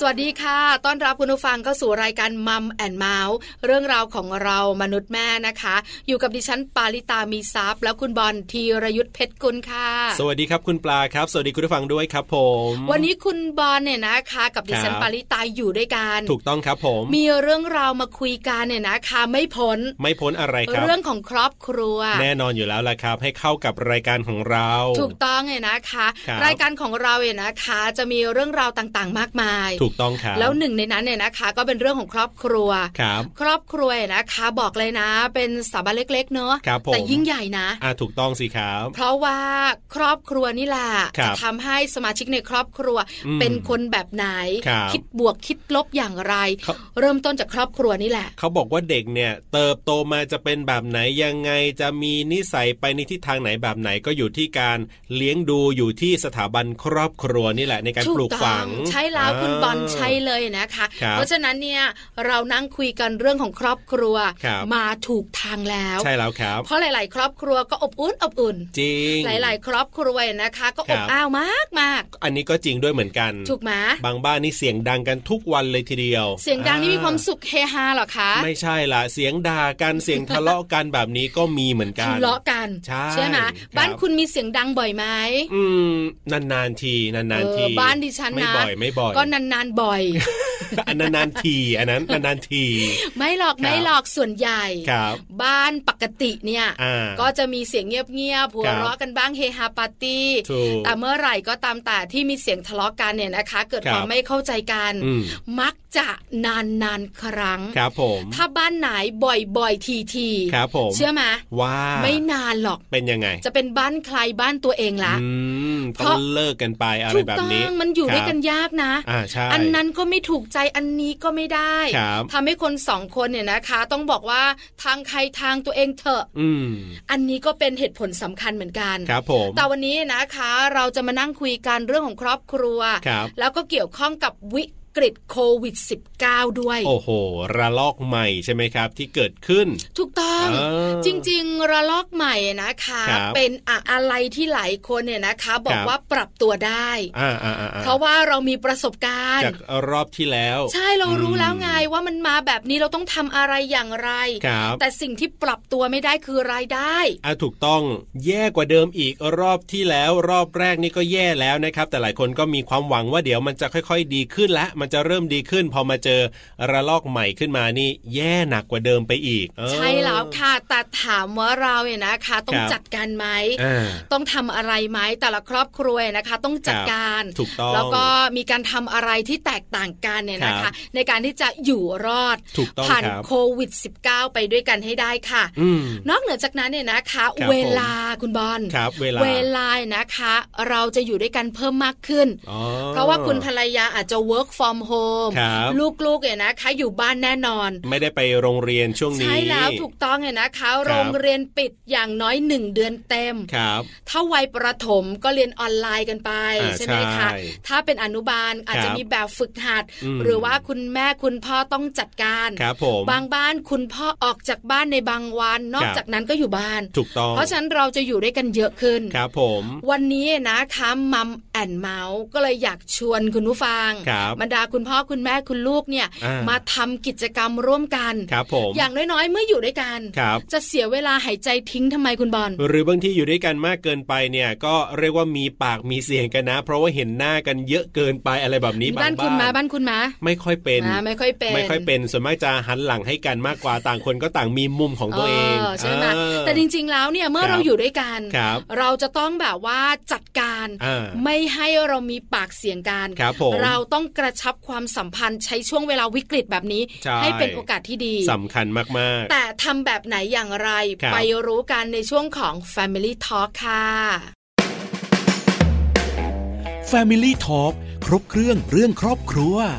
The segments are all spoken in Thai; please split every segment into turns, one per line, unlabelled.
สวัสดีค่ะ ต้อนรับคุณผู้ฟังเข้าสู่รายการมัมแอนเมาส์เรื่องราวของเรามนุษย์แม่นะคะ อยู่กับดิฉันปาริตามีซัพย์ แล้วคุณบอลธีรยุทธเพชรกุลค่ะ
สวัสดีครับคุณปลาครับ สวัสดีคุณผู้ฟังด้วยครับผม
วันนี้คุณบอลเนี่ยนะคะ กับดิฉัน
ครับ
ปาริตาอยู่ด้วยกัน
ถูกต้องครับผม
มีเรื่องราวมาคุยกันเนี่ยนะคะไม่พ้น
ไม่พ้นอะไรครับ
เรื่องของครอบครัว
แน่นอนอยู่แล้วล่ะครับ ให้เข้ากับรายการของเรา
ถูกต้องเลยนะคะ
ครับ
รายการของเราเนี่ยนะคะ จะมีเรื่องราวต่างๆ มากมาย
ถูกต้องครับ
แล้วหนึ่งในนั้นเนี่ยนะคะ ก็เป็นเรื่องของครอบครัว
ครับ
ครอบครัวเนี่ยนะคะบอกเลยนะ เป็นสถาบันเล็ก ๆ เนอะ
ครับผม
แต่ยิ่งใหญ่นะ
อ่าถูกต้องสิครับ
เพราะว่าครอบครัวนี่แหละ
ครั
จะ
บ
ทำให้สมาชิกในครอบครัว
อืม
เป็นคนแบบไหน
ครับ
ดบวกคิดลบอย่างไร
ครับ
เริ่มต้นจากครอบครัวนี่แหละ
เขาบอกว่าเด็กเนี่ย เติบโตมาจะเป็นแบบไหนยังไงจะมีนิสัยไปในทิศทางไหนแบบไหนก็อยู่ที่การเลี้ยงดูอยู่ที่สถาบันครอบครัวนี่แหละในการ
ถู
ปลูก
ต้อ
ฝัง
ใช่แล้วคุณ
า
บอลใช่เลยนะคะ
ครับ
เพราะฉะนั้นเนี่ยเรานั่งคุยกันเรื่องของครอบครัว
ครับ
มาถูกทางแล้ว
ใช่แล้วครับ
เพราะหลาย ๆ ครอบครัวก็อบอุ่นอบอุ่น
จริง
หลาย ๆ ครอบครัวนะคะ ก็
ค
อ
รั
บบ อ้าวมากมาก
อันนี้ก็จริงด้วยเหมือนกัน
ๆถูกไหม
บางบ้านนี่เสียงดังกันทุกวันเลยทีเดียว
เสียงดังนี่มีความสุขเฮฮาเหรอคะ
อ่าไม่ใช่ล่ะ เสียงด่ากันเสียงทะเลาะกันแบบนี้ก็มีเหมือนกั
ทะ
น
เลาะกัน
ใช่
ไหม
ครับ
บ้านคุณมีเสียงดังบ่อยไหม
อืมนานๆทีนานๆ
เอ
ที
อบ้านดิฉัน
ไม่
นะ
บ่อยไม่บ่อย
ก็นานๆบ่อย
อันนานๆทีอันนั้นนานๆที
ไม่หรอก
ครับ
ไม่หรอกส่วนใหญ่
ครับ
บ้านปกติเนี่ย
อ่า
ก็จะมีเสียงเงียบๆหัวเราะกันบ้างเฮฮาปาร์ตี้
ถูก
แต่เมื่อไหร่ก็ตามแต่ที่มีเสียงทะเลาะกันเนี่ยนะคะ เกิด
ครั
ค
บ
วามไม่เข้าใจกัน
อืม
มักจะนานนานๆครั้ง
ครับผม
ถ้าบ้านไหนบ่อยๆ ทีๆ
ครับผม
เชื่อไหม
ว่า
ไม่นานหรอก
เป็นยังไง
จะเป็นบ้านใครบ้านตัวเองละ
อืม
เพ
ต้อ
ราะ
งเลิกกันไปอะไร
ถูก
แบบ
ต้อ
นี้
งมันอยู่
ครับ
ด้วยกันยากนะ
อ่าใช่
อันนั้นก็ไม่ถูกใจอันนี้ก็ไม่ได้
ครับ
ทำให้คนสองคนเนี่ยนะคะ ต้องบอกว่าทางใครทางตัวเองเถอะ
อืม
อันนี้ก็เป็นเหตุผลสำคัญเหมือนกัน
ครับผม
แต่วันนี้นะคะ เราจะมานั่งคุยกันเรื่องของครอบครัว
ครับ
แล้วก็เกี่ยวข้องกับวิกฤตโควิด -19 ด้วย
โอ้โห ระลอกใหม่ใช่ไหมครับ ที่เกิดขึ้น
ถูกต้อง
เออ
จริงๆ ระลอกใหม่นะคะ
ครับ
เป็นอะอะไรที่หลายคนเนี่ยนะคะ บอ
ค
ก
รับ
ว่าปรับตัวได้
อ่าอ่าอ่อ่
เพราะว่าเรามีประสบการ
จาก
ณ์
รอบที่แล้ว
ใช่เรารู้
อืม
แล้วไงว่ามันมาแบบนี้เราต้องทำอะไรอย่างไร
ครับ
แต่สิ่งที่ปรับตัวไม่ได้คือรายได้
อ่าถูกต้องแย่กว่าเดิมอีกรอบที่แล้ว รอบแรกนี่ก็แย่แล้วนะครับ แต่หลายคนก็มีความหวังว่าเดี๋ยวมันจะค่อยๆ ดีขึ้นและ มันจะเริ่มดีขึ้น พอมาเจอระลอกใหม่ขึ้นมานี่ แย่หนักกว่าเดิมไปอีกเออ
ใช่แล้วค่ะแต่ถามว่าเราเนี่ยนะคะ ต้อง
ครับ
จัดการไหม
อ่า
ต้องทำอะไรไหมแต่ละครอบครัวเนี่ยนะคะ ต้องจัด
ครับ
การ
ถูกต้อง
แล้วก็มีการทำอะไรที่แตกต่างกันเนี่ยนะ
ครั
คะ
บ
ในการที่จะอยู่รอด
ถูกต้อง
ผ่าน
ครับ
โควิด -19 ไปด้วยกันให้ได้ค่ะ
อืม
นอกเหนือจากนั้นเนี่ยนะคะ
ครับผม
เวลาคุณบอล
ครับ เวลา
เวลานะคะ เราจะอยู่ด้วยกันเพิ่มมากขึ้น
อ๋อ
เพราะว่าคุณภรรยาอาจจะ work from home
ครับ
ลูกๆเนี่ยนะคะ อยู่บ้านแน่นอน
ไม่ได้ไปโรงเรียนช่วงนี้
ใช่แล้วถูกต้องเนี่ยนะคะ
ครับ
โรงเรียนปิดอย่างน้อยหนึ่งเดือนเต็ม
ครับ
ถ้าวัยประถมก็เรียนออนไลน์กันไป
อ่า
ใช่ไหมคะ
ใช่
ถ้าเป็นอนุบาลอาจจะมีแบบฝึกหัด
อืม
หรือว่าคุณแม่คุณพ่อต้องจัดการ
ครับผม
บางบ้านคุณพ่อออกจากบ้านในบางวัน นอก
ครับ
จากนั้นก็อยู่บ้าน
ถูกต้อง
เพราะฉะนั้นเราจะอยู่ด้วยกันเยอะขึ้น
ครับผม
วันนี้นะคะมัมแอนเมาส์ก็เลยอยากชวนคุณผู้ฟัง
ครับ
บรรดาคุณพ่อคุณแม่คุณลูกเนี่ย
อ่าม
มาทำกิจกรรมร่วมกัน
ครับผม
อย่างน้อยๆ เมื่ออยู่ด้วยกัน
ครับ
จะเสียเวลาหายใจทิ้งทำไมคุณบอล
หรือบางที่อยู่ด้วยกันมากเกินไปเนี่ย ก็เรียกว่ามีปากมีเสียงกันนะ เพราะว่าเห็นหน้ากันเยอะเกินไปอะไรแบบนี้
บ้านคุณมาบ้านคุณมา
ไม่ค่อยเป็น
อ่าไม่ค่อยเป็น
ไม่ค่อยเป็นส่วนมากจะหันหลังให้กันมากกว่าต่างคนก็ต่างมีมุมของตัวเอง
ใช่ไหม
เออ
แต่จริงๆแล้วเนี่ยเมื่อ
ครับ
เราอยู่ด้วยกัน
ครับ
เราจะต้องแบบว่าจัดการ
อ่า
ไม่ให้เรามีปากเสียงกัน
ครับผม
เราต้องกระชับความสัมพันธ์ใช้ช่วงเวลาวิกฤตแบบนี้
ใช่
เป็นโอกาสที่ดี
สำคัญมาก
แต่ทำแบบไหนอย่างไร
ครับ
ไปรู้กันในช่วงของ Family Talk ค่ะ
Family Talk ครบเครื่องเรื่องครอบครัว
ๆ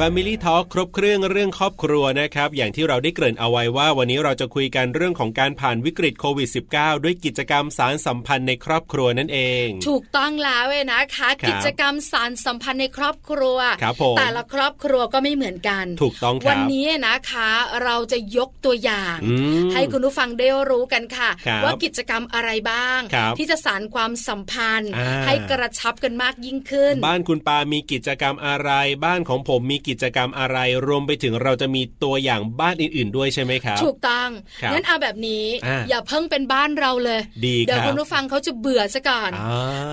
Family Talk ครบเครื่องเรื่องครอบครัวนะครับ อย่างที่เราได้เกริ่นเอาไว้ว่า วันนี้เราจะคุยกันเรื่องของการผ่านวิกฤตโควิด -19 ด้วยกิจกรรมสารสัมพันธ์ในครอบครัวนั่นเอง
ถูกต้องแล้วเว้ยนะคะ
ครับ
กิจกรรมสารสัมพันธ์ในครอบครัว
ครับผม
แต่ละครอบครัวก็ไม่เหมือนกัน
ถูกต้องค
วั
รับ
นี้นะคะเราจะยกตัวอย่าง
อืม
ให้คุณผู้ฟังได้รู้กันค่ะ
ครับ
ว่ากิจกรรมอะไรบ้าง
ครับ
ที่จะสานความสัมพันธ์
อ่า
ให้กระชับกันมากยิ่งขึ้น
บ้านคุณปา มีกิจกรรมอะไร บ้านของผมมีกิจกรรมอะไร รวมไปถึงเราจะมีตัวอย่างบ้านอื่น ๆ ด้วยใช่ไหมครับ
ถูกต้อง
ครับ
งั้นเอาแบบนี้
อ่า
อย่าเพิ่งเป็นบ้านเราเลย
ดี
เดี๋ยว
ครับ
คุณผู้ฟังเขาจะเบื่อซะก่อน
อ่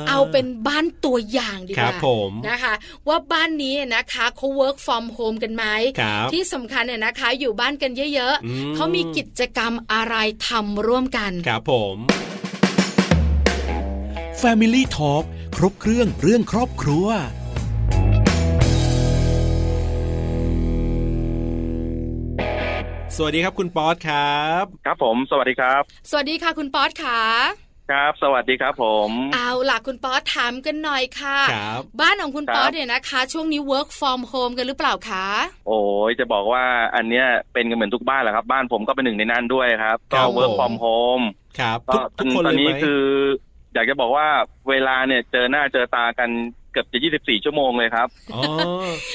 เอาเป็นบ้านตัวอย่างดีก
ครั
ว่า
บผม
นะคะ ว่าบ้านนี้นะคะเขา work from home กันไหม
ครับ
ที่สำคัญเนี่ยนะคะ อยู่บ้านกันเยอะ
อืม
ๆเขามีกิจกรรมอะไรทำร่วมกัน
ครับผม
Family Talk ครบเครื่องเรื่องครอบครัว
สวัสดีครับคุณป๊อตครับ
ครับผมสวัสดีครับ
สวัสดีค่ะคุณป๊อตค่ะ
ครับ สวัสดีครับผม
เอาล่ะคุณป๊อตถามกันหน่อยค่ะ
ครับ
บ้านของคุณ
ครับ
ป๊อตเนี่ยนะคะ ช่วงนี้ work from home กันหรือเปล่าคะ
โอ้ยจะบอกว่าอันเนี้ยเป็นกันเหมือนทุกบ้านแหละครับ บ้านผมก็เป็นหนึ่งในนั้นด้วยครับ
ครั
ก็
บ
work
ผม
from home
ครับ
ก็
ทุกทุกคน
ตอ
เล
น
ย
นี้
ไหม
คือ อยากจะบอกว่าเวลาเนี่ยเจอหน้าเจอตากันเกือบจะ 24 ชั่วโมงเลยครับ
อ๋อ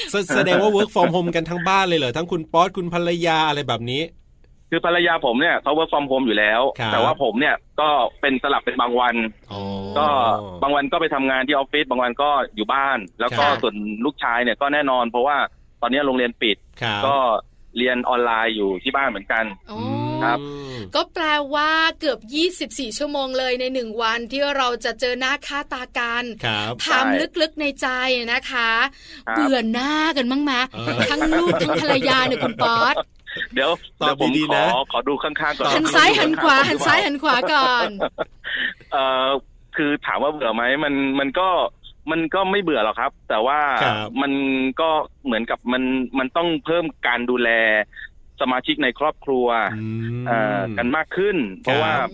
แสแสดงว่า work from home กันทั้งบ้านเลยเหรอทั้งคุณป๊อตคุณภรรยาอะไรแบบนี้
คือภรรยาผมเนี่ยเขา work from home อยู่แล้ว
ครับ
แต่ว่าผมเนี่ยก็เป็นสลับเป็นบางวัน
อ๋อ
ก็บางวันก็ไปทำงานที่ออฟฟิศบางวันก็อยู่บ้าน แล้วก็
ครับ
ส่วนลูกชายเนี่ยก็แน่นอน เพราะว่าตอนนี้โรงเรียนปิด
ครับ
ก็เรียนออนไลน์อยู่ที่บ้านเหมือนกัน
อ๋อ
อืม
อ ก็แปลว่าเกือบ 24 ชั่วโมงเลยในหนึ่งวันที่เราจะเจอหน้าค่าตากัน
ครับ
ถาม
ใช่
ลึกๆในใจนะคะ
ครับ
เบื่อหน้ากันบ้างไหม
เออ
ทั้งลูกทั้งภรรยาเนี่ยคุณป๊อต
เดี๋ยว
ตอบ
เดี๋ยวผม
ดี
ข
ๆ
อ
นะ
ขอดูข้างๆก่อน
ตอบ
หันซ้ายหันขวา
ดูข้งๆ
หันซ้าย
ก่อ
หันขวาก่อน
เอ่อคือถามว่าเบื่อไหมมันมันก็มันก็ไม่เบื่อหรอกครับ แต่ว่า
ครับ
มันก็เหมือนกับมันมันต้องเพิ่มการดูแลสมาชิกในครอบครัว
อืม
เอ่อกันมากขึ้น เพราะว่า
ครับ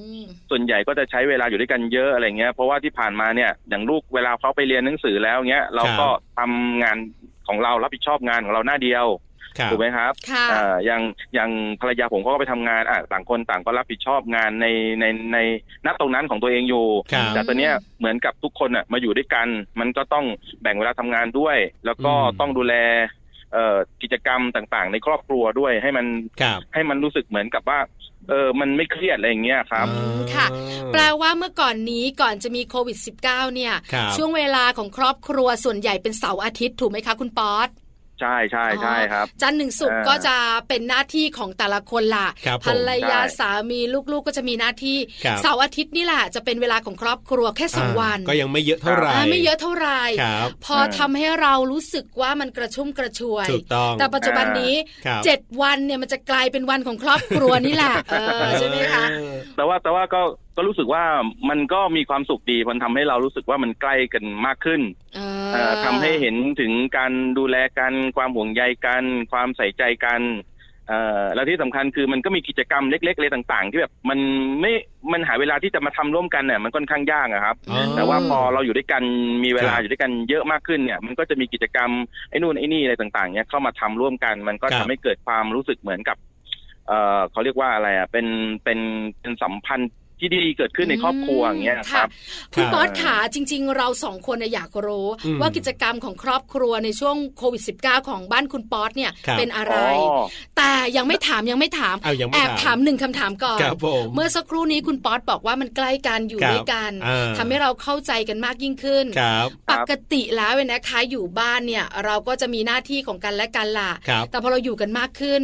ส่วนใหญ่ก็จะใช้เวลาอยู่ด้วยกันเยอะอะไรเงี้ยเพราะว่าที่ผ่านมาเนี่ยอย่างลูกเวลาเขาไปเรียนหนังสือแล้วเงี้ย เราก็ทำงานของเรารับผิดชอบงานของเราหน้าเดียว
ครับ
ถูกไหมครับ
ค่ะ
อ่าอย่างอย่างภรรยาผมเขาก็ไปทำงานอ่ะต่างคนต่างก็รับผิดชอบงานในในในณตรงนั้นของตัวเองอยู่
ครับ
แต่ตอนเนี้ยเหมือนกับทุกคนอ่ะมาอยู่ด้วยกัน มันก็ต้องแบ่งเวลาทำงานด้วย แล้วก็
อืม
ต้องดูแลเอ่อกิจกรรมต่างๆ ในครอบครัวด้วยให้มัน
ครับ
ให้มันรู้สึกเหมือนกับว่าเออมันไม่เครียดอะไรอย่างเงี้ยครับ
อื
อ่าม
ค่ะ แปลว่าเมื่อก่อนนี้ก่อนจะมีโควิด -19 เนี่ย
ครับ
ช่วงเวลาของครอบครัวส่วนใหญ่เป็นเสาร์อาทิตย์ถูกไหมคะคุณป๊อต
ใช่ใช่ใช่ครับ
จันทร์หนึ่งสุกร์
อ่า
ก็จะเป็นหน้าที่ของแต่ละคนล่ะ
ครับผม
ภรรยา
ใช่
สามีลูกๆก็จะมีหน้าที่
ครับ
เสาร์อาทิตย์นี่แหละจะเป็นเวลาของครอบครัวแค่สองวัน
ก็ยังไม่เยอะเท่าไหร่
อ่าไม่เยอะเท่าไหร่
ครับ
พอทำให้เรารู้สึกว่ามันกระชุ่มกระชวย
ถูกต้อง
แต่ปัจจุบันนี้
ครับ
เจ็ดวันเนี่ยมันจะกลายเป็นวันของครอบครัวนี่แหละ เออใช่ไหมคะ
เออ
แต่ว่าแต่ว่าก็ก็รู้สึกว่ามันก็มีความสุขดีมันทำให้เรารู้สึกว่ามันใกล้กันมากขึ้น
เอ
เอ่อ
อ
ทำให้เห็นถึงการดูแลกัน ความห่วงใยกัน ความใส่ใจกันเอ่อแล้วที่สำคัญคือมันก็มีกิจกรรมเล็กๆอะไรต่างๆ ที่แบบมันไม่มันหาเวลาที่จะมาทำร่วมกันเนี่ยมันค่อนข้างยากอะครับ
อ๋อ
แต่ว่าพอเราอยู่ด้วยกันมีเวลา
ครับ
อยู่ด้วยกันเยอะมากขึ้นเนี่ย มันก็จะมีกิจกรรมไอ้นู่นไอ้นี่อะไรต่างๆเนี่ยเข้ามาทำร่วมกัน มันก็
ครั
ทำ
บ
ให้เกิดความรู้สึกเหมือนกับ เอ่อเขาเรียกว่าอะไรอ่ะเป็นเป็นเป็นสัมพันธ์ที่ดีเกิดขึ้นในครอบครัวอย่างเงี้ยครับ
ะคุณ
ครับ
ป๊อตขาจริง ๆ เราสองคนเนี่ยอยากรู้
อืม
ว่ากิจกรรมของครอบครัวในช่วงโควิด -19 ของบ้านคุณป๊อตเนี่ย
ครับ
เป็นอะไร
อ๋อ
แต่ยังไม่ถามยังไม่ถาม
เอายังไม่
แอบถามหนึ่งคำถามก่อน
ครับผม
เมื่อสักครู่นี้คุณป๊อตบอกว่ามันใกล้กันอยู่
ครับ
ด้วยกัน
อ่า
ทำให้เราเข้าใจกันมากยิ่งขึ้น
ครับ
ปกติแล้วเนี่ยนะคะ อยู่บ้านเนี่ย เราก็จะมีหน้าที่ของกันและกันล่ะ
ครับ
แต่พอเราอยู่กันมากขึ้น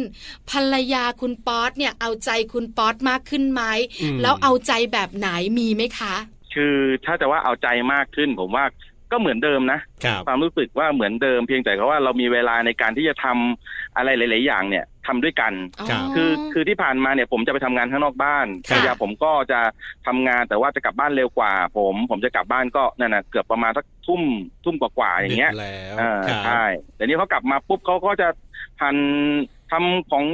ภรรยาคุณป๊อตเนี่ยเอาใจคุณป๊อตมากขึ้นไหม
อืม
แล้วเอาใจแบบไหนมีไหมคะ
คือถ้าจะว่าเอาใจมากขึ้น ผมว่าก็เหมือนเดิมนะครับ ความรู้สึกว่าเหมือนเดิม เพียงแต่แค่ว่าเรามีเวลาในการที่จะทำอะไรหลาย ๆ อย่างเนี่ยทำด้วยกัน
ครับ
คือคือที่ผ่านมาเนี่ยผมจะไปทำงานข้างนอกบ้าน
ค่ะ
ภรรยาผมก็จะทำงานแต่ว่าจะกลับบ้านเร็วกว่า ผม ผมจะกลับบ้านก็นั่นนะเกือบประมาณสักทุ่มทุ่มกว่า ๆ อย่างเงี้ย
ดึกแล้ว
อ่า
ครับ
ใช่แต่นี้เขากลับมาปุ๊บเขาก็จะหั่นทำของ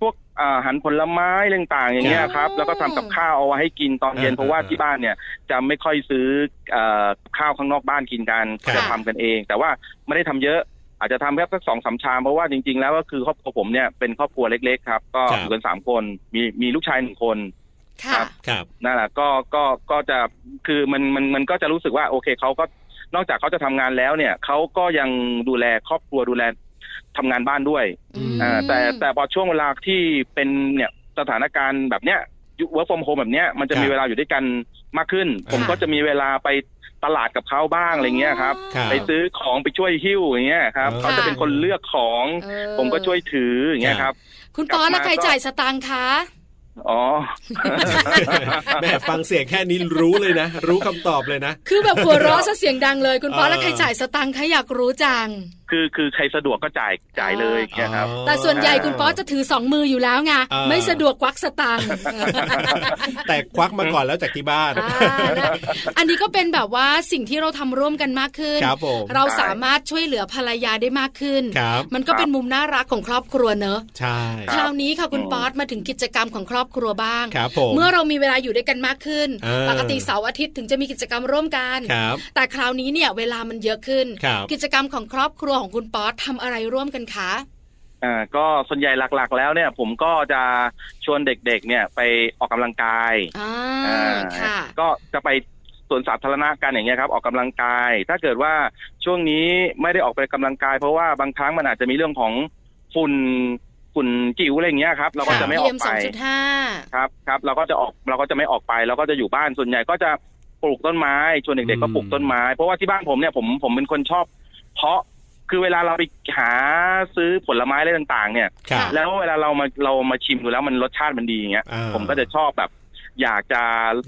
พวกอ่าหั่นผลไม้อะไรต่างๆอย่างเงี้
ค
ย
รับ
ครับ แล้วก็ทำกับข้าวเอาไว้ให้กินตอนเย็น
อ่า
เพราะว่าที่บ้านเนี่ยจะไม่ค่อยซื้อเอ่อข้าวข้างนอกบ้านกินกัน
ครับ
จะทำกันเอง แต่ว่าไม่ได้ทำเยอะ อาจจะทำแค่สักสองสามชามเพราะว่าจริง ๆ แล้วก็คือครอบครัวผมเนี่ยเป็นครอบครัวเล็กๆครับก็
ครับ
อยู่กันสามคนมีมีลูกชายหนึ่งคน
ค่ะ
ครับ
ครับ
นั่นแหละก็ก็ก็จะคือมันมันมันก็จะรู้สึกว่า โอเคเขาก็นอกจากเขาจะทำงานแล้วเนี่ยเขาก็ยังดูแลครอบครัวดูแลทำงานบ้านด้วย
อืม
อ่าแต่แต่พอช่วงเวลาที่เป็นเนี่ยสถานการณ์แบบเนี้ยเวิร์กฟอร์มโฮมแบบเนี้ยมันจะมี
ครับ
เวลาอยู่ด้วยกันมากขึ้น ผม
ค่ะ
ก็จะมีเวลาไปตลาดกับเขาบ้างอะไรเงี้ยครับ
ครับ
ไปซื้อของไปช่วยหิ้วอย่างเงี้ยครับ
อ๋อ
เขาจะเป็นคนเลือกของ
เออ
ผมก็ช่วยถืออย่างเงี้ยครับ
คุณปอแล้วใครจ่ายสตางค์คะ
อ๋อ
แม่ฟังเสียงแค่นี้รู้เลยนะ รู้คำตอบเลยนะ
คือแบบหัวเราะซะเสียงดังเลย คุณปอ
เออ
แล้วใครจ่ายสตังค์คะอยากรู้จัง
คือคือใครสะดวกก็จ่ายจ่ายเลยอย่างเงี้ยครับ
อ๋อ
แต่ส่วนใหญ่คุณปอจะถือสองมืออยู่แล้วไง
เออ
ไม่สะดวกควักสตังค์
แต่ควักมาก่อนแล้วจากที่บ้าน
อ่านะอันนี้ก็เป็นแบบว่าสิ่งที่เราทำร่วมกันมากขึ้น
ครับผม
เราสามารถช่วยเหลือภรรยาได้มากขึ้น
ครับ
มันก็เป็นมุมน่ารักของครอบครัวเนอะ
ใช่
คราวนี้ค่ะคุณ
อืม
ป๊อตมาถึงกิจกรรมของครอบครัวบ้าง
ครับผม
เมื่อเรามีเวลาอยู่ด้วยกันมากขึ้น
เออ
ปกติเสาร์อาทิตย์ถึงจะมีกิจกรรมร่วมกัน
ครับ
แต่คราวนี้เนี่ยเวลามันเยอะขึ้น
ครับ
กิจกรรมของครอบครัวของคุณป๊อตทำอะไรร่วมกันคะ
อ่าก็ส่วนใหญ่หลักๆ แล้วเนี่ย ผมก็จะชวนเด็กๆ เนี่ยไปออกกำลังกาย
อ่า
อ่า
ค่ะ
ก็จะไปสวนสาธารณะกันอย่างเงี้ยครับ ออกกำลังกาย ถ้าเกิดว่าช่วงนี้ไม่ได้ออกไปกำลังกาย เพราะว่าบางครั้งมันอาจจะมีเรื่องของฝุ่นฝุ่นจิ๋วอะไรอย่างเงี้ยครับ เราก็
ค่ะ
จะไม่ออก
เยี่ยมส
ไป
องจุดห้า
ครับครับเราก็จะออกเราก็จะไม่ออกไปเราก็จะอยู่บ้านส่วนใหญ่ก็จะปลูกต้นไม้ชวนเด็กๆก็ปลูกต้นไม้ เพราะว่าที่บ้านผมเนี่ยผมผมเป็นคนชอบ เพาะคือเวลาเราไปหาซื้อผลไม้อะไรต่าง ๆ เนี่ย
ครับ
ะ
แล้วเวลาเรามาเรามาชิมดูแล้วมันรสชาติมันดีอย่างเงี้ย
อ่า
ผมก็จะชอบแบบ อยากจะ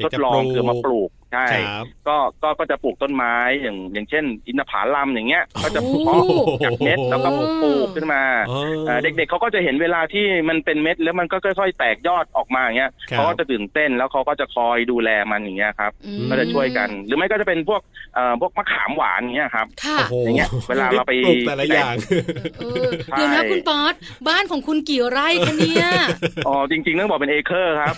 ทดลอ
อยาง กจะปลูก
คือมาปลูกใช่
ครับ
ก็ก็ก็จะปลูกต้นไม้อย่างอย่างเช่น อินทผลัมอย่างเงี้ย ก็จะ
โอ้
เพาะจากเม็ดแล้วก็ปลูกขึ้นมา
เออ
เอ่อเด็กๆเขาก็จะเห็นเวลาที่มันเป็นเม็ดแล้วมันก็ค่อยๆแตกยอดออกมาอย่างเงี้ย
ครับ
เขาก็จะตื่นเต้นแล้วเขาก็จะคอยดูแลมันอย่างเงี้ยครับ
อืม
ก็จะช่วยกัน หรือไม่ก็จะเป็นพวกเอ่อพวกมะขามหวานอย่างเงี้ยครับ
ค่ะ
โอ้โห
อย่างเงี้ยเวลาเราไป
ปลูกแต่ละอย่าง
เออเดี๋ยวนะ
ใช่
คุณป๊อตบ้านของคุณกี่ไร่คะเนี่ย
อ๋อจริงๆต้องบอกเป็นเอเคอร์ครับ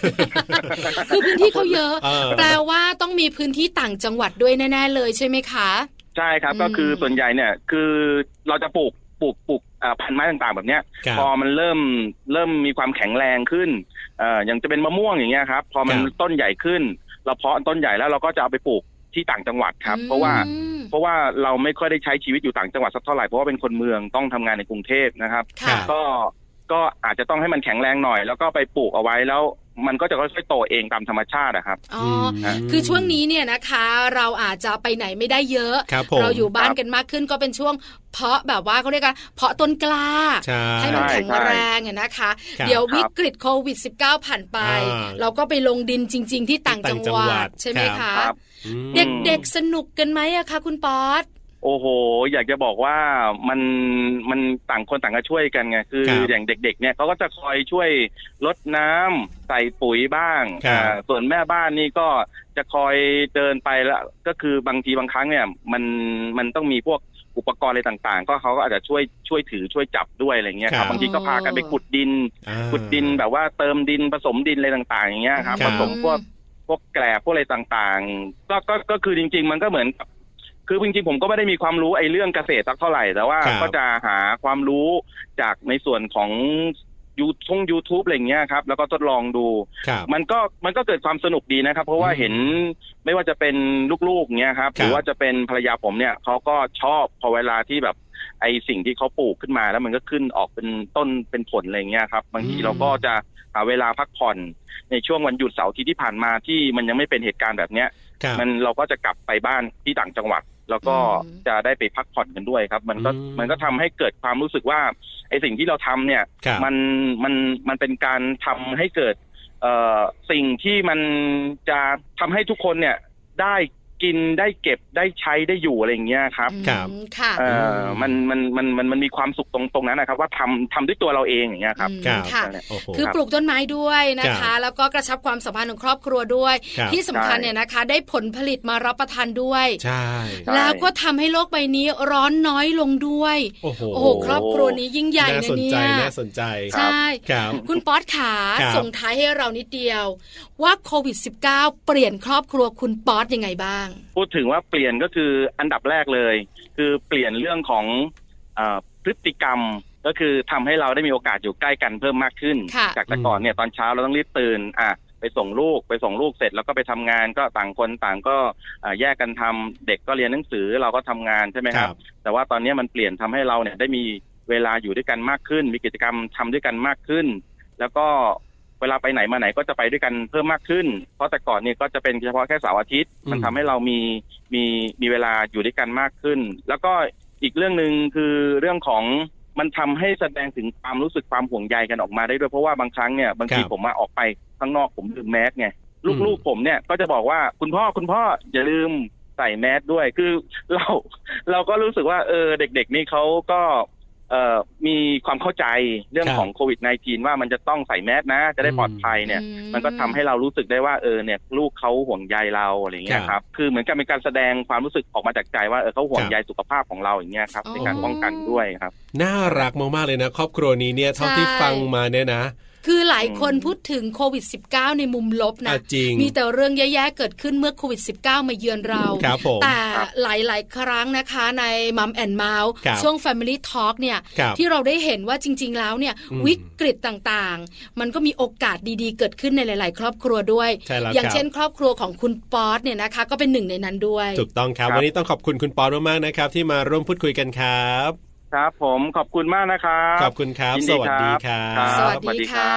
คือพื้นที่เขาเยอะ
เออ
แปลว่าต้องมีพื้นที่ต่างจังหวัดด้วยแน่ ๆ เลยใช่ไหมคะ
ใช่ครับ
อืม
ก็คือส่วนใหญ่เนี่ยคือเราจะปลูกปลูกปลูกเอ่อพันธุ์ไม้ต่างๆ แบบเนี้ย
ครับ
พอมันเริ่มเริ่มมีความแข็งแรงขึ้นเอ่ออย่างจะเป็นมะม่วงอย่างเงี้ยครับ พอมัน
ครับ
ต้นใหญ่ขึ้น เราเพาะต้นใหญ่แล้วเราก็จะเอาไปปลูกที่ต่างจังหวัดครับ เพราะว่า
อืม
เพราะว่าเราไม่ค่อยได้ใช้ชีวิตอยู่ต่างจังหวัดสักเท่าไหร่เพราะว่าเป็นคนเมืองต้องทำงานในกรุงเทพนะครับ
ค่ะ
ก็ก็อาจจะต้องให้มันแข็งแรงหน่อย แล้วก็ไปปลูกเอาไว้แล้ว มันก็จะค่อยๆโตเองตามธรรมชาติอะครับ
อ๋ออ
ม
คือช่วงนี้เนี่ยนะคะ เราอาจจะไปไหนไม่ได้เยอะ
ครับผม
เราอยู่บ้าน
ครับ
กันมากขึ้นก็เป็นช่วง เพาะแบบว่าเขาเรียกกันเพาะต้นกล้า
ใช่
ให้มัน
ใช่
แข็งแรงอะนะคะ
ครับ
เดี๋ยววิกฤตโควิด -19 ผ่านไป
อ่า
เราก็ไปลงดินจริง ๆ ที่ต่างจังหวั
ต่างจังหวั
ด
ด
ใช่ไหมคะ
ครับ
อืม
เด็กๆสนุกกันไหมอะคะคุณป๊อต
โอ้โห อยากจะบอกว่ามันมันต่างคนต่างก็ช่วยกันไงคือ
ครับ
อย่างเด็ก ๆ เนี่ยเขาก็จะคอยช่วยลดน้ำใส่ปุ๋ยบ้าง
ครับ
อ่าส่วนแม่บ้านนี่ก็จะคอยเดินไปแล้วก็คือบางทีบางครั้งเนี่ย มันมันต้องมีพวกอุปกรณ์อะไรต่างๆ ก็เขาก็อาจจะช่วยช่วยถือช่วยจับด้วยอะไรเงี้ยค
ครั
รับบ บางทีก็พากันไปขุดดิน
อ่า
ขุดดินแบบว่าเติมดินผสมดินอะไรต่าง ๆ อย่างเงี้ยครับ
ค
ผ
รับ
สมพวก พวกแกลบพวกอะไรต่างๆ ก็ก็ก็คือจริง ๆ มันก็เหมือนกับคือจริงๆผมก็ไม่ได้มีความรู้ไอ้เรื่องเกษตรสักเท่าไหร่แต่ว่า
ครับ
ก็จะหาความรู้จากในส่วนของยูช่อง YouTube อะไรอย่างเงี้ยครับ แล้วก็ทดลองดู
ครับ
มันก็มันก็เกิดความสนุกดีนะครับ เพราะว่า
อืม
เห็นไม่ว่าจะเป็นลูกๆเนี้ยครับ
ครับ
หรือว่าจะเป็นภรรยาผมเนี่ยเขาก็ชอบพอเวลาที่แบบไอสิ่งที่เขาปลูกขึ้นมาแล้วมันก็ขึ้นออกเป็นต้นเป็นผลอะไรเงี้ยครับ บางทีเราก็จะหาเวลาพักผ่อนในช่วงวันหยุดเสาร์อาที่ที่ผ่านมาที่มันยังไม่เป็นเหตุการณ์แบบเนี้ย
ครับ
มันเราก็จะกลับไปบ้านที่ต่างจังหวัด แล้วก็
อืม
จะได้ไปพักผ่อนกันด้วยครับ มันก็
อืม
มันก็ทำให้เกิดความรู้สึกว่าไอสิ่งที่เราทำเนี่ย
ครับ
มันมันมันเป็นการทำให้เกิดเอ่อสิ่งที่มันจะทำให้ทุกคนเนี่ยได้กินได้เก็บได้ใช้ได้อยู่อะไรอย่างเงี้ยครับ
อืมค่ะ
เอ่อมันมันมันมันมันมีความสุขตรงตรงนั้นนะครับ ว่าทำทำด้วยตัวเราเองอย่างเงี้ยครับ
อืม
ครับ
ค่ะ
นั่นแหละ
โอ้โห
คือปลูกต้นไม้ด้วยนะ
ครั
คะ
บ
แล้วก็กระชับความสัมพันธ์ของครอบครัวด้วย
ครับ
ที่สำคัญ
ใช่
เนี่ยนะคะ ได้ผลผลิตมารับประทานด้วย
ใช่
ครับ
แล้วก็ทำให้โลกใบนี้ร้อนน้อยลงด้วย
โอ้โห
โอ้โหครอบครัวนี้ยิ่งใหญ่
น่า
นะ
สน
เนี่
ใจ
ย
น่าสนใจ
ใช่
ครับ
คุณป๊อตขา
ครับ
ส่งท้ายให้เรานิดเดียว ว่าโควิด -19 เปลี่ยนครอบครัวคุณป๊อตยังไงบ้าง
พูดถึงว่าเปลี่ยนก็คืออันดับแรกเลย คือเปลี่ยนเรื่องของ เอ่อพฤติกรรมก็คือทำให้เราได้มีโอกาสอยู่ใกล้กันเพิ่มมากขึ้น
ค่ะ
จากแต่ก่อนเนี่ยตอนเช้าเราต้องรีบตื่นอ่ะไปส่งลูกไปส่งลูกเสร็จแล้วก็ไปทำงานก็ต่างคนต่างก็เอ่อแยกกันทำเด็กก็เรียนหนังสือเราก็ทำงานใช่ไหมครับ แต่ว่าตอนนี้มันเปลี่ยนทำให้เราเนี่ยได้มีเวลาอยู่ด้วยกันมากขึ้น มีกิจกรรมทำด้วยกันมากขึ้น แล้วก็เวลาไปไหนมาไหนก็จะไปด้วยกันเพิ่มมากขึ้น เพราะแต่ก่อนเนี่ยก็จะเป็นเฉพาะแค่เสาร์อาทิตย์
อืม
มันทำให้เรามีมีมีเวลาอยู่ด้วยกันมากขึ้น แล้วก็อีกเรื่องหนึ่งคือเรื่องของมันทำให้แสดงถึงความรู้สึกความห่วงใยกันออกมาได้ด้วยเพราะว่าบางครั้งเนี่ยบางที
ครับ
ผมมาออกไปข้างนอกผมลืมแมสไงลูกๆผมเนี่ยก็จะบอกว่าคุณพ่อคุณพ่ออย่าลืมใส่แมสด้วยคือเรา เราก็รู้สึกว่าเออเด็กๆนี่เขาก็เอ่อมีความเข้าใจเรื่อง
ครับ
ของโควิด -19 ว่ามันจะต้องใส่แมสนะ จะได้
อืม
ปลอดภัยเนี่ย
อื
มันก็ทำให้เรารู้สึกได้ว่าเออเนี่ยลูกเขาห่วงใยเราอะไรอย่างเงี้ยครับ คือเหมือนกับเป็นการแสดงความรู้สึกออกมาจากใจว่าเออเขาห่วงใยสุขภาพของเราอย่างเงี้ยครับในการป้องกันด้วยครับ
น่ารักมากๆเลยนะ ครอบครัวนี้เนี่ยเท่าที่ฟังมาเนี่ยนะ
คือหลายคนพูดถึงโควิด -19 ในมุมลบ
อ่ะ
นะ
จริง
มีแต่เรื่องแย่ๆเกิดขึ้นเมื่อโควิด -19 มาเยือนเรา
ครับผม
แต่
ครับ
หลาย ๆ ครั้งนะคะในมัมแอนเมาส์
ครับ
ช่วง Family Talk เนี่ย
ครับ
ที่เราได้เห็นว่าจริง ๆ แล้วเนี่ย
อืม
วิกฤตต่างๆ มันก็มีโอกาสดีๆ เกิดขึ้นในหลาย ๆ ครอบครัวด้วย
ใช่แล้ว
อย่าง
ครับ
เช่น ครอบครัวของคุณป๊อตเนี่ยนะคะ ก็เป็นหนึ่งในนั้นด้วย
ถูกต้องครับ
ครับ
วันนี้ต้องขอบคุณคุณปอนมากๆนะครับ ที่มาร่วมพูดคุยกันครับ
ครับผมขอบคุณมากนะครับ
ขอบคุณครับ
ยิน
ส
ดี
วัสดีครั
ครับ บ
สวัสดีค่ะ
สวัสดีครั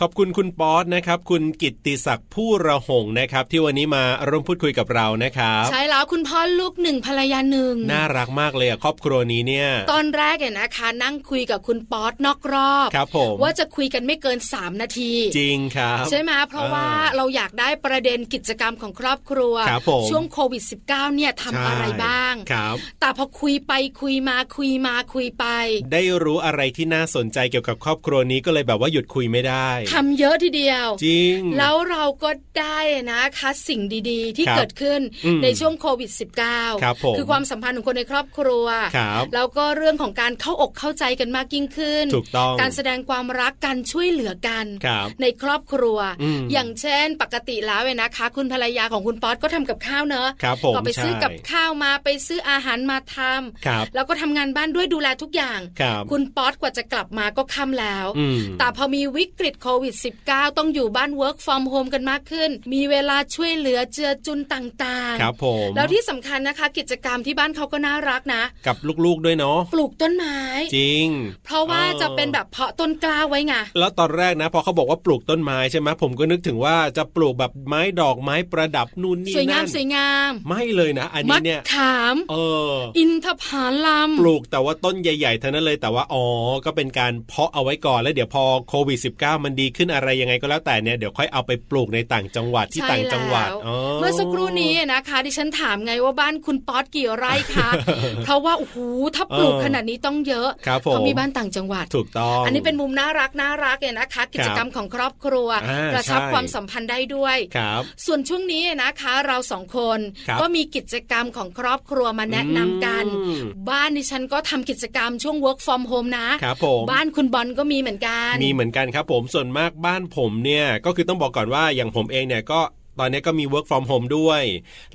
ขอบคุณคุณป๊อตนะครับ คุณกิตติศักดิ์ผู้ระหงนะครับ ที่วันนี้มาร่วมพูดคุยกับเรานะครับ
ใช่แล้วคุณพ่อลูกหนึ่งภรรยาหนึ่ง
น่ารักมากเลยอ่ะครอบครัวนี้เนี่ย
ตอนแรกเนี่ยนะคะ นั่งคุยกับคุณป๊อตนอกรอบ
ครับผม
ว่าจะคุยกันไม่เกิน 3 นาที
จริงครับ
ใช่ไหมเพราะว่าเราอยากได้ประเด็นกิจกรรมของครอบครัว
ครับผม
ช่วงโควิด -19 เนี่ยทำอะไร
ใช่
บ้าง
ครับ
แต่พอคุยไปคุยมาคุยมาคุยไป
ได้รู้อะไรที่น่าสนใจเกี่ยวกับครอบครัวนี้ก็เลยแบบว่าหยุดคุยไม่ได้
ทำเยอะทีเดียว
จริง
แล้วเราก็ได้นะคะสิ่งดีๆ ที่
ครับ
เกิดขึ้น
อืม
ในช่วงโควิด
ครั
-19
บผม
คือความสัมพันธ์ของคนในครอบครัว
ครับ
แล้วก็เรื่องของการเข้าอกเข้าใจกันมากยิ่งขึ้น
ถูกต้อง
การแสดงความรักการช่วยเหลือกัน
ครับ
ในครอบครัว
อืม
อย่างเช่น ปกติแล้วเนี่ยนะคะ คุณภรรยาของคุณป๊อตก็ทำกับข้าวเนอะ
ครับผม
ก็ไปซื้อ
ใช่
กับข้าวมาไปซื้ออาหารมาทำ
ครับ
แล้วก็ทำงานบ้านด้วยดูแลทุกอย่าง
ครับ
คุณป๊อตกว่าจะกลับมาก็ค่ำแล้ว
อืม
แต่พอมีวิกฤตโควิด -19 ต้องอยู่บ้าน work from home กันมากขึ้น มีเวลาช่วยเหลือเจือจุนต่าง
ครับผม
ๆ แล้วที่สำคัญนะคะ กิจกรรมที่บ้านเขาก็น่ารักนะ
กับลูกๆด้วยเนาะ
ปลูกต้นไม้
จริง
เพราะว่า
ออ
จะเป็นแบบเพาะต้นกล้าไว้ไง
แล้วตอนแรกนะพอเขาบอกว่าปลูกต้นไม้ใช่ไหมผมก็นึกถึงว่าจะปลูกแบบไม้ดอกไม้ประดับนู่นนี่
สวยงา
นั่
ม
น
สวยงาม
ไม่เลยนะ อันนี้
มะ
เนี่ย
ขาม
เออ
อินทผาลัม
ปลูกแต่ว่าต้นใหญ่ๆเท่านั้นเลยแต่ว่า อ๋อ ก็เป็นการเพาะเอาไว้ก่อนแล้วเดี๋ยวพอโควิด -19 มันดีขึ้นอะไรยังไงก็แล้วแต่เนี่ยเดี๋ยวค่อยเอาไปปลูกในต่างจังหวัดที่
ใช่
ต่างจังหวัด
แล้วเมื่อสักครู่นี้นะคะ ดิฉันถามไงว่าบ้านคุณป๊อตกี่ไร่คะ เพราะว่าโอ้โหถ้าปลูกขนาดนี้ต้องเยอะ
ครับผม
เขามีบ้านต่างจังหวัด
ถูกต้อง
อันนี้เป็นมุมน่ารักน่ารักเนี่ยนะคะ กิจกรรมของครอบครัว
อ่าก
ระชับ
ใช่
ความสัมพันธ์ได้ด้วย
ครับ
ส่วนช่วงนี้นะคะเราสองคน
ครับ
ก็มีกิจกรรมของครอบครัวมาแนะนำกัน
อืม
บ้านดิฉันก็ทำกิจกรรมช่วง work from home นะ
ครับผม
บ้านคุณบอลก็มีเหมือนกัน
มีเหมือนกันครับผมส่วนมากบ้านผมเนี่ยก็คือต้องบอกก่อนว่าอย่างผมเองเนี่ยก็ตอนนี้ก็มี work from home ด้วย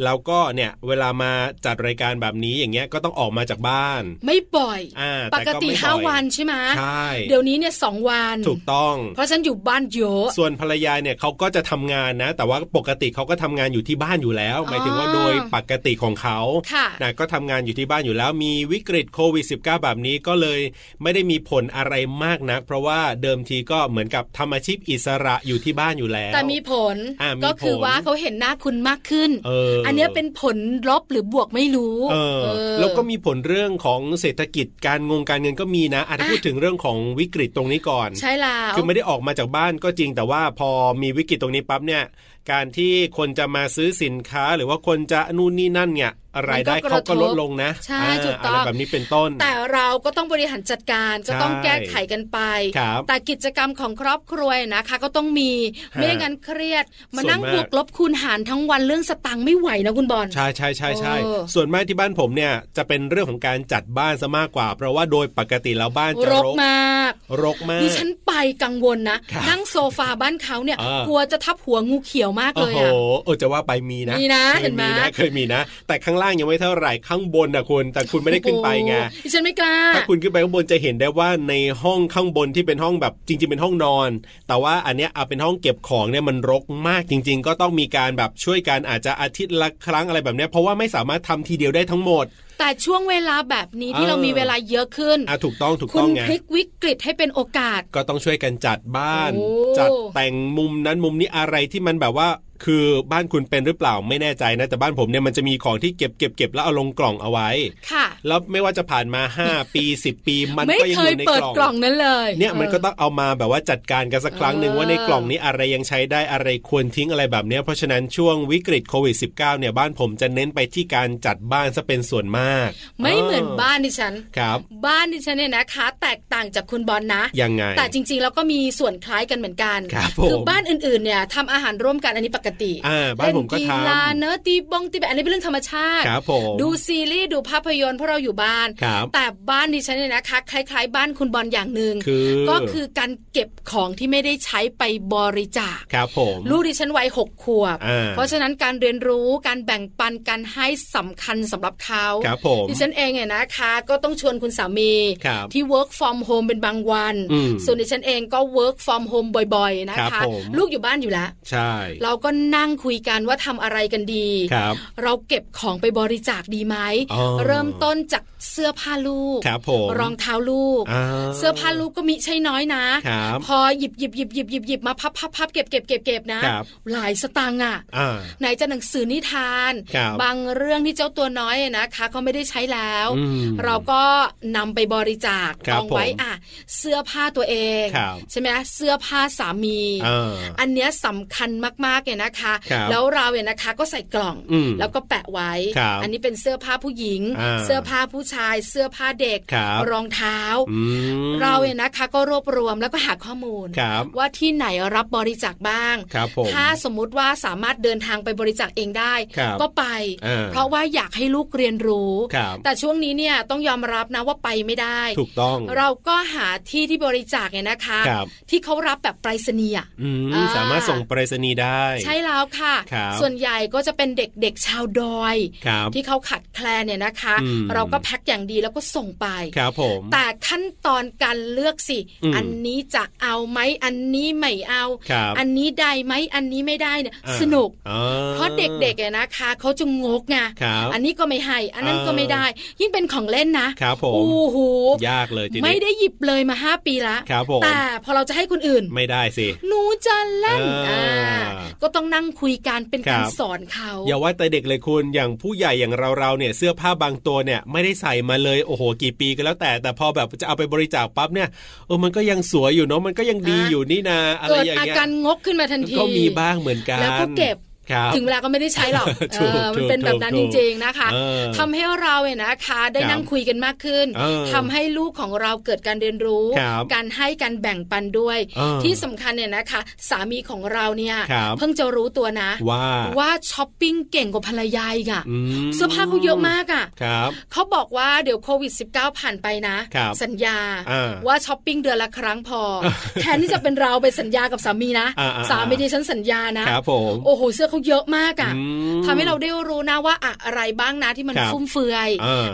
แล้วก็เนี่ยเวลามาจัดรายการแบบนี้อย่างเงี้ยก็ต้องออกมาจากบ้าน
ไม่บ่อย
อ่า
ป
แต่
กติ
ไม่บ่อย
ห้าวันใช่ไหม
ใช่
เดี๋ยวนี้เนี่ยสองวัน
ถูกต้อง
เพราะฉันอยู่บ้านเยอะ
ส่วนภรรยาเนี่ยเขาก็จะทำงานนะ แต่ว่าปกติเขาก็ทำงานอยู่ที่บ้านอยู่แล้ว หมายถึงว่าโดยปกติของเขา
ค่ะ
นะก็ทำงานอยู่ที่บ้านอยู่แล้ว มีวิกฤตโควิด -19 แบบนี้ก็เลยไม่ได้มีผลอะไรมากนัก เพราะว่าเดิมทีก็เหมือนกับทำอาชีพอิสระอยู่ที่บ้านอยู่แล้ว
แต่มีผล
อ่ามี
ก็คือ
ผล
ว่าเขาเห็นหน้าคุณมากขึ้น
เอออั
นเนี้ยเป็นผลลบหรือบวกไม่รู้
เออ
เออ
แล้วก็มีผลเรื่องของเศรษฐกิจการงงการเงินก็มีนะอาจจะ
อ่ะ
พูดถึงเรื่องของวิกฤตตรงนี้ก่อน
ใช่แล้ว
คือไม่ได้ออกมาจากบ้านก็จริงแต่ว่าพอมีวิกฤตตรงนี้ปั๊บเนี่ย การที่คนจะมาซื้อสินค้าหรือว่าคนจะนู่นนี่นั่นเนี่ยรายได้เขาก็ลดลงนะ
ใช่
อ่า
ถูกต้อง
ะไรแบบนี้เป็นต้น
แต่เราก็ต้องบริหารจัดการก็ต้อง
ใช่
แก้ไขกันไป
ครับ
แต่กิจกรรมของครอบครัวนะคะ ก็ต้องมี
ฮะ
ไม่งั้นเครียด มานั่ง
ส่วนมาก
บวกลบคูณหารทั้งวันเรื่องสตังค์ไม่ไหวนะคุณบอล
ใช่ใช่ใช่ใช่
เออ
ส่วนมากที่บ้านผมเนี่ยจะเป็นเรื่องของการจัดบ้านซะมากกว่า เพราะว่าโดยปกติแล้วบ้านจะ
ร
ร
ก
ก
มาก
รกมาก
ดิฉันไปกังวลนะ
ครับ
นั่งโซฟาบ้านเขาเนี่ย
เออ
กลัวจะทับหัวงูเขียว มาก
โอ้
เลย
โห
อ่ะ
เออจะว่าไปมีนะ
มีนะ
คย
เห็นไหม
นะเคยมีนะ แต่ข้างล่างยังไม่เท่าไหร่ข้างบนนะคุณแต่คุณไม่ได้ขึ้นไปไง
โอ้โหดิฉันไม่กล้า
ถ้าคุณขึ้นไปข้างบนจะเห็นได้ว่าในห้องข้างบนที่เป็นห้องแบบจริง ๆ เป็นห้องนอน แต่ว่าอันเนี้ยเอาเป็นห้องเก็บของเนี่ยมันรกมากจริง ๆ ก็ต้องมีการแบบช่วยกันอาจจะอาทิตย์ละครั้งอะไรแบบเนี้ยเพราะว่าไม่สามารถทำทีเดียวได้ทั้งหมด
แต่ช่วงเวลาแบบนี้ที่
เออ
เรามีเวลาเยอะขึ้น
อ่ะถูกต้องถูก
คุณ
ต้องไง
พลิกวิกฤตให้เป็นโอกาส
ก็ต้องช่วยกันจัดบ้าน
โอ้
จัดแต่งมุมนั้นมุมนี้อะไรที่มันแบบว่า คือบ้านคุณเป็นหรือเปล่าไม่แน่ใจนะแต่บ้านผมเนี่ยมันจะมีของที่เก็บเก็บเก็บแล้วเอาลงกล่องเอาไว้
ค่ะ
แล้วไม่ว่าจะผ่านมา 5 ปี 10 ปีมัน
ไม่
ก็ยัง
เค
อย ยู่ใน
เปิด
ก
ก
ล่
ล่
อ
อง งนั้นเลย
เนี่ยมันก็
ออ
ต้องเอามาแบบว่าจัดการกันสักครั้งหนึ่ง
เออ
ว่าในกล่องนี้อะไรยังใช้ได้อะไรควรทิ้งอะไรแบบเนี้ยเพราะฉะนั้นช่วงวิกฤตโควิด -19 เนี่ยบ้านผมจะเน้นไปที่การจัดบ้านซะเป็นส่วนมาก
ไม่เหมือนบ้านดิฉัน
ครับ
บ้านดิฉันเนี่ยนะคะ แตกต่างจากคุณบอลนะ
ยังไง
แต่จริงๆแล้วก็มีส่วนคล้ายกันเหมือนกัน
ครับผม
อบ้านอื่นๆเนี่ยทำอาหารร่วมกันอันนี้ปกติ
อ่าบ้านผมก็
เล่
ท
ฬาเนอะตีบงตีแบบอันนี้เป็นเรื่องธรรมชาติ
ำครับผม
ดูซีรีส์ดูภาพยนตร์เพราะเราอยู่บ้าน
ครับ
แต่บ้านดิฉันเนี่ยนะคะ คล้าย ๆ บ้านคุณบอลอย่างหนึ่ง
คือ
ก็คือการเก็บของที่ไม่ได้ใช้ไปบริจาค
ครับผม
ลูกดิฉันวัยหกขวบ
อ่า
เพราะฉะนั้นการเรียนรู้การแบ่งปันการให้สำคัญสำหรับเขา
ครับผม
ดิฉันเองเนี่ยนะคะ ก็ต้องชวนคุณสามี
ครับ
ที่ work from home เป็นบางวัน
อืม
ส่วนดิฉันเองก็ work from home บ่อยๆ นะครับ คะ
ผม
ลูกอยู่บ้านอยู่แล้ว
ใช่
เราก็นั่งคุยกันว่าทำอะไรกันดี
ครับ
เราเก็บของไปบริจาคดีไหม
อ๋อ
เริ่มต้นจากเสื้อผ้าลูก
ครับผม
รองเท้าลูก
า
เสื้อผ้าลูกก็มีใช่น้อยนะ
ครับ
พอหยิบหยิบหยิบหยิบหยิบหยิบมาพับพับพับเก็บเก็บเก็บเก็บนะ
ครับ
หลายสตางค์อ่ะ
อ่า
ไหนจะหนังสือนิทาน
ครับ
บางเรื่องที่เจ้าตัวน้อยอะนะคะเขาไม่ได้ใช้แล้ว
อืม
เราก็นำไปบริจาค
ครั
ก
บ
องไว้
ผม
อ่ะเสื้อผ้าตัวเอง
ครับ
ใช่ไหมเสื้อผ้าสามี
อ่า
อันเนี้ยสำคัญมากๆเนี่ยนะคะ
ครับ
แล้วเราเนี่ยนะคะก็ใส่กล่อง
อืม
แล้วก็แปะไว้
ครับ
อันนี้เป็นเสื้อผ้าผู้หญิง
อ่า
เสื้อผ้าผู้ชาย เสื้อผ้าเด็ก
ครับ
รองเท้า
อืม
เราเนี่ยนะคะก็รวบรวมแล้วก็หาข้อมูล
ครับ
ว่าที่ไหนรับบริจาคบ้าง
ครับผม
ถ้าสมมุติว่าสามารถเดินทางไปบริจาคเองได้
ครับ
ก็ไป
อ่า
เพราะว่าอยากให้ลูกเรียนรู้
ครับ
แต่ช่วงนี้เนี่ยต้องยอมรับนะว่าไปไม่ได้
ถูกต้อง
เราก็หาที่ที่บริจาคเนี่ยนะคะ
ครับ
ที่เขารับแบบไปรษณีย์อะ
อืม
อ่า
สามารถส่งไปรษณีย์ได้
ใช่แล้วค่ะ
ครับ
ส่วนใหญ่ก็จะเป็นเด็กๆชาวดอย
ครับ
ที่เขาขัดแคลนเนี่ยนะคะ
อืม
เราก็แพ็คอย่างดีแล้วก็ส่งไป
ครับผม
แต่ขั้นตอนการเลือกสิ
อืม
อันนี้จะเอาไหมอันนี้ไม่เอา
ครับ
อันนี้ได้ไหมอันนี้ไม่ได้เนี่ย
อ่า
สนุก
อ่
เพราะเด็กๆเนี่ยนะคะเขาจะงกไง
ครับ
อันนี้ก็ไม่ให้ อันนั้น
อ่า
ก็ไม่ได้ ยิ่งเป็นของเล่นนะครับ
ผม
โอ้โห
ยากเลยทีนี้
ไม่ได้หยิบเลยมาห้าปีละ
ครับผม
แต่พอเราจะให้คนอื่น
ไม่ได้สิ
หนูจะเล่น
อ่า
อ่าก็ต้องนั่งคุยกันเป็นการ
ครับ
สอนเขา
อย่าว่าแต่เด็กเลยคุณอย่างผู้ใหญ่อย่างเราเราๆเนี่ยเสื้อผ้าบางตัวเนี่ยไม่ได้ใส่มาเลยโอ้โหกี่ปีก็แล้วแต่แต่พอแบบจะเอาไปบริจาคปั๊บเนี่ยเออมันก็ยังสวยอยู่เนาะมันก็ยังดีอยู่นี่นาอะไร
เกิด
อย่าง
อา
เงี้ย
การงกขึ้นมาทันที
ก็มีบ้างเหมือนกัน
แล้วก็เก็บ
ครับ
ถึงเวลาก็ไม่ได้ใช้หรอก
ถูก
เออมันเป็น
ถูก
แบบนั้น
ถู
จ
ก
ริงๆนะคะ
เออ
ทำให้เราเนี่ยนะคะได้
ครับ
นั่งคุยกันมากขึ้น
เออ
ทำให้ลูกของเราเกิดการเรียนรู้
ครับ
การให้การแบ่งปันด้วย
เออ
ที่สำคัญเนี่ยนะคะ สามีของเราเนี่ย
ครับ
เพิ่งจะรู้ตัวนะ
ว่า
ว่าช้อปปิ้งเก่งกว่าภรรยาอีกอะ
อืม
เสื้อผ้าเขาเยอะมากอะ
ครับ
เขาบอกว่าเดี๋ยวโควิด -19 ผ่านไปนะ
ครับ
สัญญา
อ่า
ว่าช้อปปิ้งเดือนละครั้งพ อ
อ่า
แทนที่จะเป็นเราไปสัญญากับสามีนะ
อ่าอ่า
สามีดิฉันสัญญานะ
ครับผม
โอ้โห เสื้อเขาเยอะมากอะ่ะ
อืม
ทำให้เราได้รู้นะว่าอะอะไรบ้างนะที่มัน
ครับ
ฟุ่มเฟือย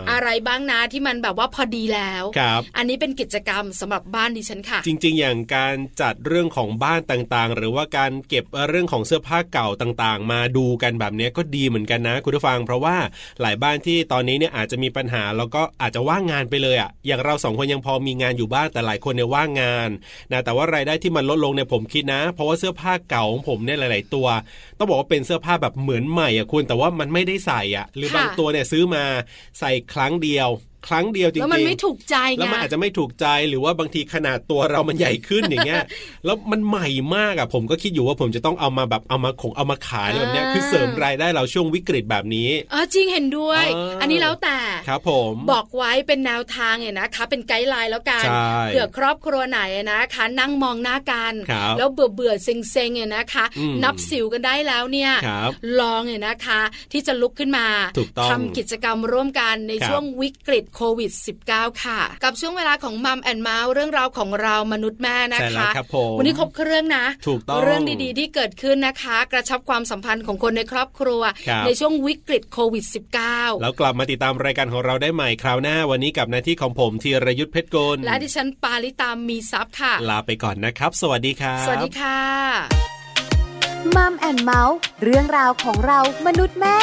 อ่า
ไรบ้างนะที่มันแบบว่าพอดีแล้ว
ครับ
อันนี้เป็นกิจกรรมสำหรับบ้านดิฉันค่ะ
จริงๆ อย่างการจัดเรื่องของบ้านต่างๆ หรือว่าการเก็บเรื่องของเสื้อผ้าเก่าต่างๆ มาดูกันแบบเนี้ยก็ดีเหมือนกันนะ คุณผู้ฟัง เพราะว่าหลายบ้านที่ตอนนี้เนี่ยอาจจะมีปัญหาแล้วก็อาจจะว่างงานไปเลยอะ่ะอย่างเราสองคนยังพอมีงานอยู่บ้างแต่หลายคนเนี่ยว่างงานนะแต่ว่ารายได้ที่มันลดลงเนี่ยผมคิดนะ เพราะว่าเสื้อผ้าเก่าของผมเนี่ยหลาย ๆ ตัว ต้องบอกว่าเป็นเสื้อผ้าแบบเหมือนใหม่อ่ะคุณแต่ว่ามันไม่ได้ใส่อ่ะหรือบาง
ค่ะ
ตัวเนี่ยซื้อมาใส่ครั้งเดียว ครั้งเดียวจริงๆ
แล้วมันไม่ถูกใจไง
แล้วมันอาจจะไม่ถูกใจหรือว่าบางทีขนาดตัวเรามันใหญ่ขึ้นอย่างเงี้ย แล้วมันใหม่มากอ่ะผมก็คิดอยู่ว่าผมจะต้องเอามาแบบเอามาของเอามาขายอะไรแบบเนี้ย
อ่า
คือเสริมรายได้เราช่วงวิกฤตแบบนี้
เออจริงเห็นด้วย
เอออั
อันนี้แล้วแต่
ครับผม
บอกไว้เป็นแนวทางเนี่ยนะคะ เป็นไกด์ไลน์แล้วกัน
ใช่
เผื่อครอบครัวไหนนะคะ นั่งมองหน้ากัน
ครับ
แล้วเบื่อเบื่อๆเซ็งเซ็งๆเนี่ยนะคะ
อืม
นับสิวกันได้แล้วเนี่ย
ครับ
ลองเนี่ยนะคะ ที่จะลุกขึ้นมา
ถูกต้อง
ทำกิจกรรมร่วมกันใน
ครับ
ช่วงวิกฤต โควิด -19 ค่ะ กับช่วงเวลาของมัมแอนเมาส์เรื่องราวของเรามนุษย์แม่นะ
ใช่แล้ว
คะ
ครับผม
วันนี้ครบเครื่องนะ
ถูกต้อง
เรื่องดีๆ ที่เกิดขึ้นนะคะ กระชับความสัมพันธ์ของคนในครอบครัว
ครับ
ในช่วงวิกฤตโควิด -19
แล้วกลับมาติดตามรายการของเราได้ใหม่คราวหน้าวันนี้กับหน้าที่ของผมธีรยุทธเพชรกุล
และดิฉันปาริตามมีซับค่ะ
ลาไปก่อนนะครับ สวัสดีครับ
สวัสดีค่ะ
มัมแอนเมาส์เรื่องราวของเรามนุษย์แม่